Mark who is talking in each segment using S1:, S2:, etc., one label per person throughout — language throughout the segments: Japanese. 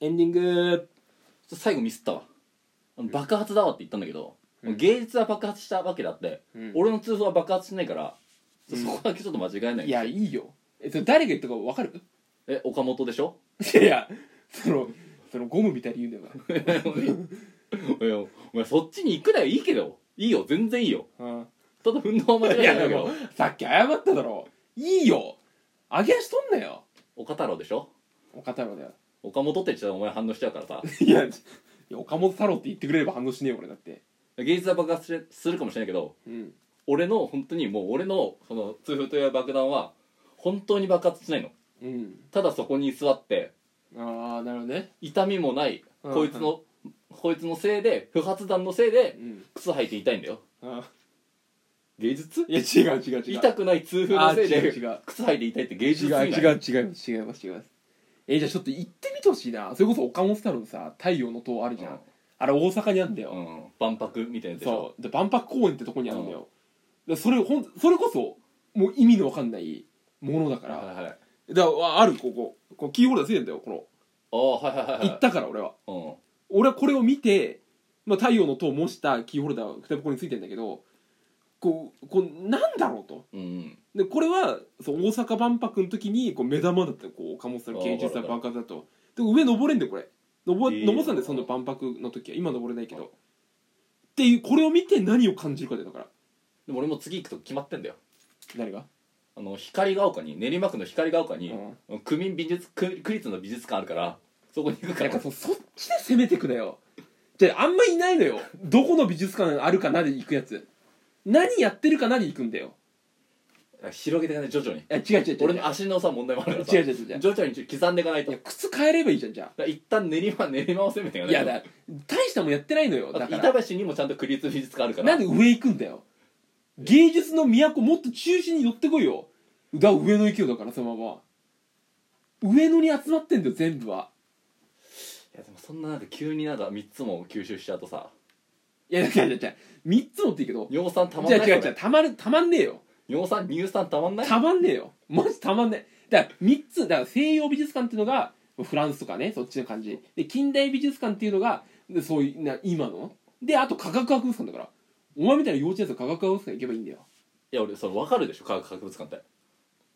S1: エンディングちょっと最後ミスったわあの爆発だわって言ったんだけど、
S2: うん
S1: 芸術は爆発したわけだって、
S2: うん
S1: 俺の通報は爆発しないから、ちょ
S2: うん
S1: そこだけちょっと間違えない
S2: いやいいよえそれ誰が言ったか分かる
S1: え岡本でしょ
S2: いやいやそのそのゴムみたいに言うんだよ
S1: いやお前そっちに行くなよいいけどいいよ全然いいよ
S2: お前
S1: ただ運動は間違
S2: い
S1: え
S2: や
S1: ない
S2: で
S1: けど
S2: もさっき謝っただろいいよ揚げ足取んなよ
S1: 岡太郎でしょ
S2: 岡太郎だよ
S1: 岡本って言っちゃお前反応しちゃうからさ
S2: いやいや岡本太郎って言ってくれれば反応しねえよ俺だって
S1: 芸術は爆発しするかもしれないけど
S2: うん
S1: 俺の本当にもう俺のその通風という爆弾は本当に爆発しないの
S2: うん
S1: ただそこに座って
S2: ああなるほどね
S1: 痛みもない、
S2: うん
S1: こいつのこいつのせいで不発弾のせいで
S2: うん
S1: 靴履いて痛いんだよ
S2: あ
S1: 芸術
S2: いや違う違う違う
S1: 痛くない痛風のせい
S2: あー違
S1: で
S2: う違う
S1: 靴履いて痛いって芸術
S2: 違
S1: すぎな
S2: う
S1: い
S2: 違う違います違います違いますえじゃあちょっと行ってみてほしいなそれこそ岡本太郎のさ太陽の塔あるじゃん、
S1: うん
S2: あれ大阪にあるんだよ、
S1: うん万博みたいなやつでし
S2: そ
S1: ょ
S2: うで万博公園ってとこにあるんだよ、でそれほんそれこそもう意味のわかんないものだから、
S1: はいはいはい
S2: だからあるこここうキーホルダーついてんだよこ
S1: ああはいはいはい
S2: の
S1: はい
S2: 行ったから俺は
S1: うん
S2: 俺はこれを見て、まあ、太陽の塔を模したキーホルダーが筆箱についてんだけどこうこうなんだろうと
S1: うん
S2: でこれはそう大阪万博の時にこう目玉だったこう岡本さんの芸術
S1: あ
S2: だ
S1: ー
S2: 爆発だとで上登れんだよこれ登,、
S1: えー
S2: 登ってたんだよその万博の時は今登れないけどっていうこれを見て何を感じるかだよだから
S1: でも俺も次行くと決まってんだよ
S2: 誰が
S1: あの光が丘に練馬区の光が丘に
S2: う
S1: 区民美術区区立の美術館あるからそこに行くか
S2: なん
S1: ら
S2: かそそっちで攻めてくなよじゃああんまいないのよどこの美術館あるかなで行くやつ何やってるかなで行くんだよ
S1: 広げていかない徐々に
S2: いや違う違う違う
S1: 俺の足のさ問題もあるからさ
S2: 違う違う違う違う
S1: 徐々に刻んでいかないと
S2: いや靴変えればいいじゃんじゃ
S1: だから一旦練馬練馬を攻めてい
S2: あ
S1: か
S2: い
S1: な
S2: や
S1: いと
S2: だ大したもんやってないのよだ
S1: あと
S2: か
S1: 板
S2: ら
S1: 橋にもちゃんと区立美術館あるから
S2: なんで上行くんだよ芸術の都もっと中心に寄ってこいよだ上野行けよだからそのまま上野に集まってんだよ全部はい
S1: やでもそんななんか急になんか3つも吸収しちゃうとさ
S2: いやだからじゃじゃ3つ持っていいけど
S1: 尿酸たまん
S2: じ
S1: な
S2: ゃ
S1: い
S2: あ違う
S1: そ
S2: 違
S1: れ
S2: うたまるたまんねえよ
S1: 尿酸乳酸たまんない
S2: たまんねえよマジたまんないだから3つだから西洋美術館っていうのがフランスとかねそっちの感じで近代美術館っていうのがでそういうな今のであと科学博物館だからお前みたいな幼稚園生科学博物館行けばいいんだよ
S1: いや俺それ分かるでしょ科学博物館って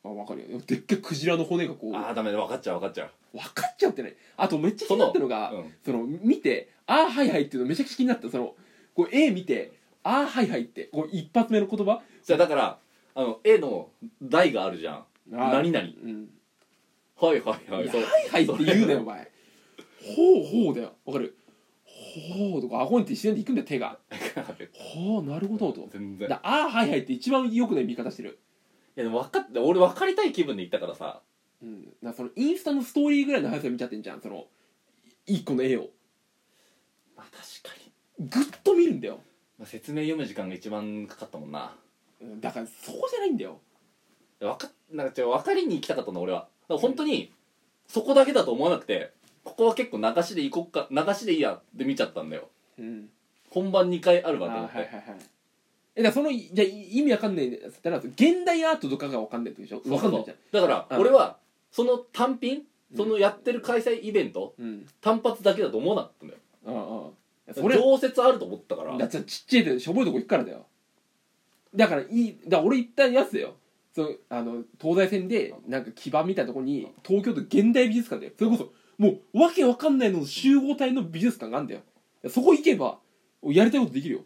S2: あ分かるよでっかいクジラの骨がこう分
S1: あ
S2: か
S1: あダメだ分かっちゃう分かっちゃう
S2: っちゃうってねあとめっちゃ気になったのが
S1: そ
S2: そ
S1: の
S2: の,、
S1: うん
S2: 見て「ああはいはい」っていうのめちゃくちゃ気になったそのこう絵見て「ああはいはい」ってこう一発目の言葉
S1: じゃあだからあの絵の台があるじゃん何々
S2: うん
S1: はいはいはいい
S2: や
S1: そう
S2: はいはいって言うなよお前ほうほうだよわかるほうとか顎にって自然で行くんだよ手がほうなるほどと
S1: 全然い
S2: だあーはいはいって一番良くない見方してる
S1: やでも分かって俺分かりたい気分で行ったからさ
S2: うんだそのインスタのストーリーぐらいの速さで見ちゃってんじゃんその一個の絵を
S1: まあ確かに、
S2: ぐっと見るんだよ
S1: まあ、説明読む時間が一番かかったもんな
S2: うんだからそこじゃないんだよ
S1: わかなんか違う分かりに行きたかったの俺はだから本当にそこだけだと思わなくてここは結構流しで行こっか流しでいいやって見ちゃったんだよ
S2: うん
S1: 本番2回ある
S2: あー
S1: わと
S2: はい
S1: 思
S2: は
S1: っ
S2: いは
S1: て
S2: いえだからそのいじゃあい意味わかんないんだったら現代アートとかがわかんないってことでしょわかんないじゃん
S1: だから
S2: うん
S1: 俺はその単品
S2: うん
S1: そのやってる開催イベント
S2: うん
S1: 単発だけだと思わなかったんだよ
S2: ああそれ
S1: 常設あると思ったから
S2: だってちっちゃいでしょぼいとこ行くからだよだからいいだから俺行ったやつだよそのあの東西線でなんか基盤みたいなとこに東京都現代美術館だよそれこそもうわけわかんないのの集合体の美術館があるんだよそこ行けばやりたいことできるよ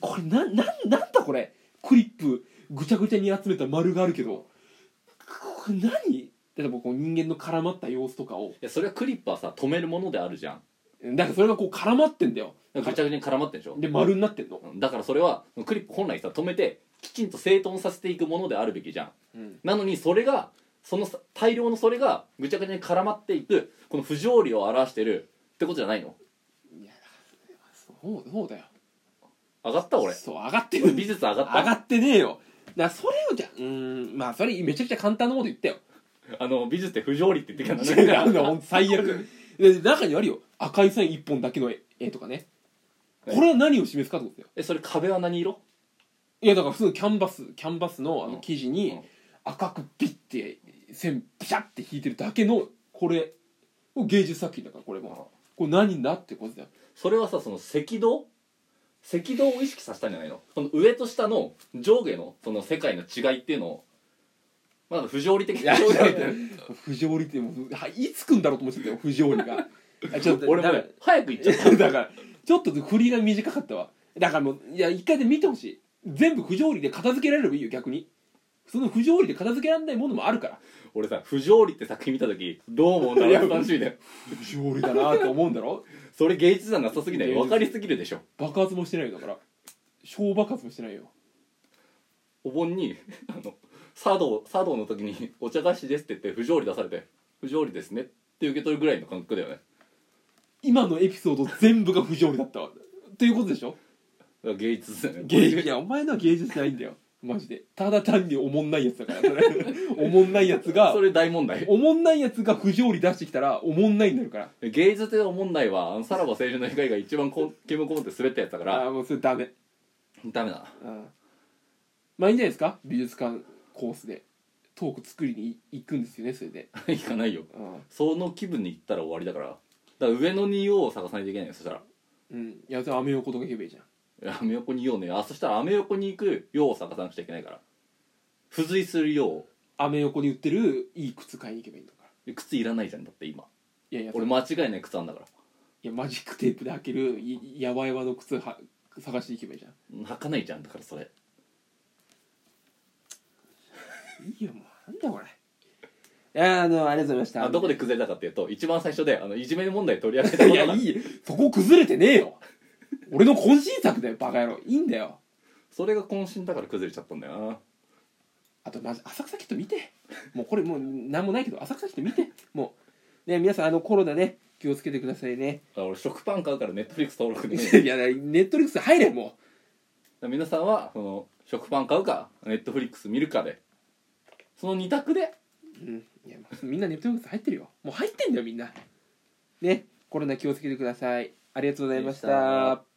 S2: これなななんだこれクリップぐちゃぐちゃに集めた丸があるけどこれ何例えばこう人間の絡まった様子とかを
S1: いやそれはクリップはさ止めるものであるじゃん
S2: だからそれがこう絡まってんだよ
S1: ぐちゃぐちゃに絡まってんでしょ
S2: で丸になってんの、
S1: うんだからそれはクリップ本来さ止めてきちんと整頓させていくものであるべきじゃんなのにそれがそのさ大量のそれがぐちゃぐちゃに絡まっていくこの不条理を表してるってことじゃないの
S2: そうそうだよ
S1: 上がった俺
S2: そう上がってる
S1: 俺美術上がった
S2: 上がってねえよだからそれをじゃうーんまあそれめちゃくちゃ簡単なこと言ったよ
S1: あの美術って不条理って言って
S2: 違
S1: き
S2: う
S1: た
S2: あんな
S1: の
S2: もん最 悪で中にあるよ赤い線一本だけの絵絵とかねこれは何を示すかってことだよ
S1: えそれ壁は何色
S2: いやだから普通のキャンバスキャンバスのあ
S1: う
S2: の
S1: ん
S2: 生地
S1: う
S2: に
S1: ん
S2: 赤くピッて線ピシャッて引いてるだけのこれこれ芸術作品だからこれ
S1: うん
S2: もこれ何だってことだよ
S1: それはさその赤道赤道を意識させたんじゃないのその上と下の上下のその世界の違いっていうのをまだ不条理的な表現
S2: 不条理ってもうはいつ来んだろうと思ってたよ不条理 があちょっと
S1: 俺も
S2: だ
S1: う早く行っちゃ っ
S2: からだからちょっと振りが短かったわだからもういや一回で見てほしい全部不条理で片付けられればいいよ逆にその不条理で片付けられないものもあるから
S1: た俺さ「不条理」って作品見た時どう思うんだろう楽しみだよ
S2: 不条理だなと思うんだろ
S1: それ芸術感なさすぎない
S2: 芸術
S1: 分かりすぎるでしょ
S2: 爆発もしてないよだから小爆発もしてないよ
S1: お盆に あの茶道茶道の時に 「お茶菓子です」って言って不条理出されて「不条理ですね」って受け取るぐらいの感覚だよね
S2: 今のエピソード全部が不条理だったわっていうことでしょ
S1: だから芸術だよね
S2: 芸術いやお前のは芸術じゃないんだよマジでただ単におもんないやつだからそれ おもんないやつが
S1: それ大問題
S2: おもんないやつが不条理出してきたらおもんないになるから
S1: 芸術でおもんないはあのさらば青春の光が一番こキムコンって滑ったやつだか
S2: あ
S1: ら
S2: あもうそれダメ
S1: ダメだ な
S2: うんまあいいんじゃないですか美術館コースでトーク作りに行くんですよねそれで、
S1: 行かないよ
S2: うん
S1: その気分に行ったら終わりだからだから上の仁王を探さないといけないよそしたら
S2: うん、いやそれアメ横とか行けばいいじゃん
S1: いやアメ横に用ねあそしたらアメ横に行く用を探さなくちゃいけないから付随する用
S2: アメ横に売ってるいい靴買いに行けばいいんだから
S1: 靴いらないじゃんだって今
S2: いやいやそれ
S1: 俺間違いない靴あんだから
S2: いやマジックテープで開けるいやばいわの靴は探していけばいいじゃ
S1: 履かないじゃんだからそれ
S2: んいいよもうなんだこれいやあのありがとうございました
S1: あ どこで崩れたかっていうと一番最初であのいじめ問題取り上げた
S2: い
S1: こと
S2: や
S1: が
S2: いいよそこ崩れてねえよ俺の渾身作だよバカ野郎いいんだよ
S1: それが渾身だから崩れちゃったんだよな
S2: あとマジ浅草キッド見てもうこれもう何もないけど浅草キッド見てもうね皆さんあのコロナね気をつけてくださいね
S1: あ俺食パン買うからネットフリックス登録
S2: い
S1: ね
S2: やネットリックス入れも
S1: 皆さんはその食パン買うかネットフリックス見るかでその二択で
S2: う、うん、いやみんなネットリックス入ってるよもう入ってんだよみんなねコロナ気をつけてくださいありがとうございまし
S1: でした
S2: た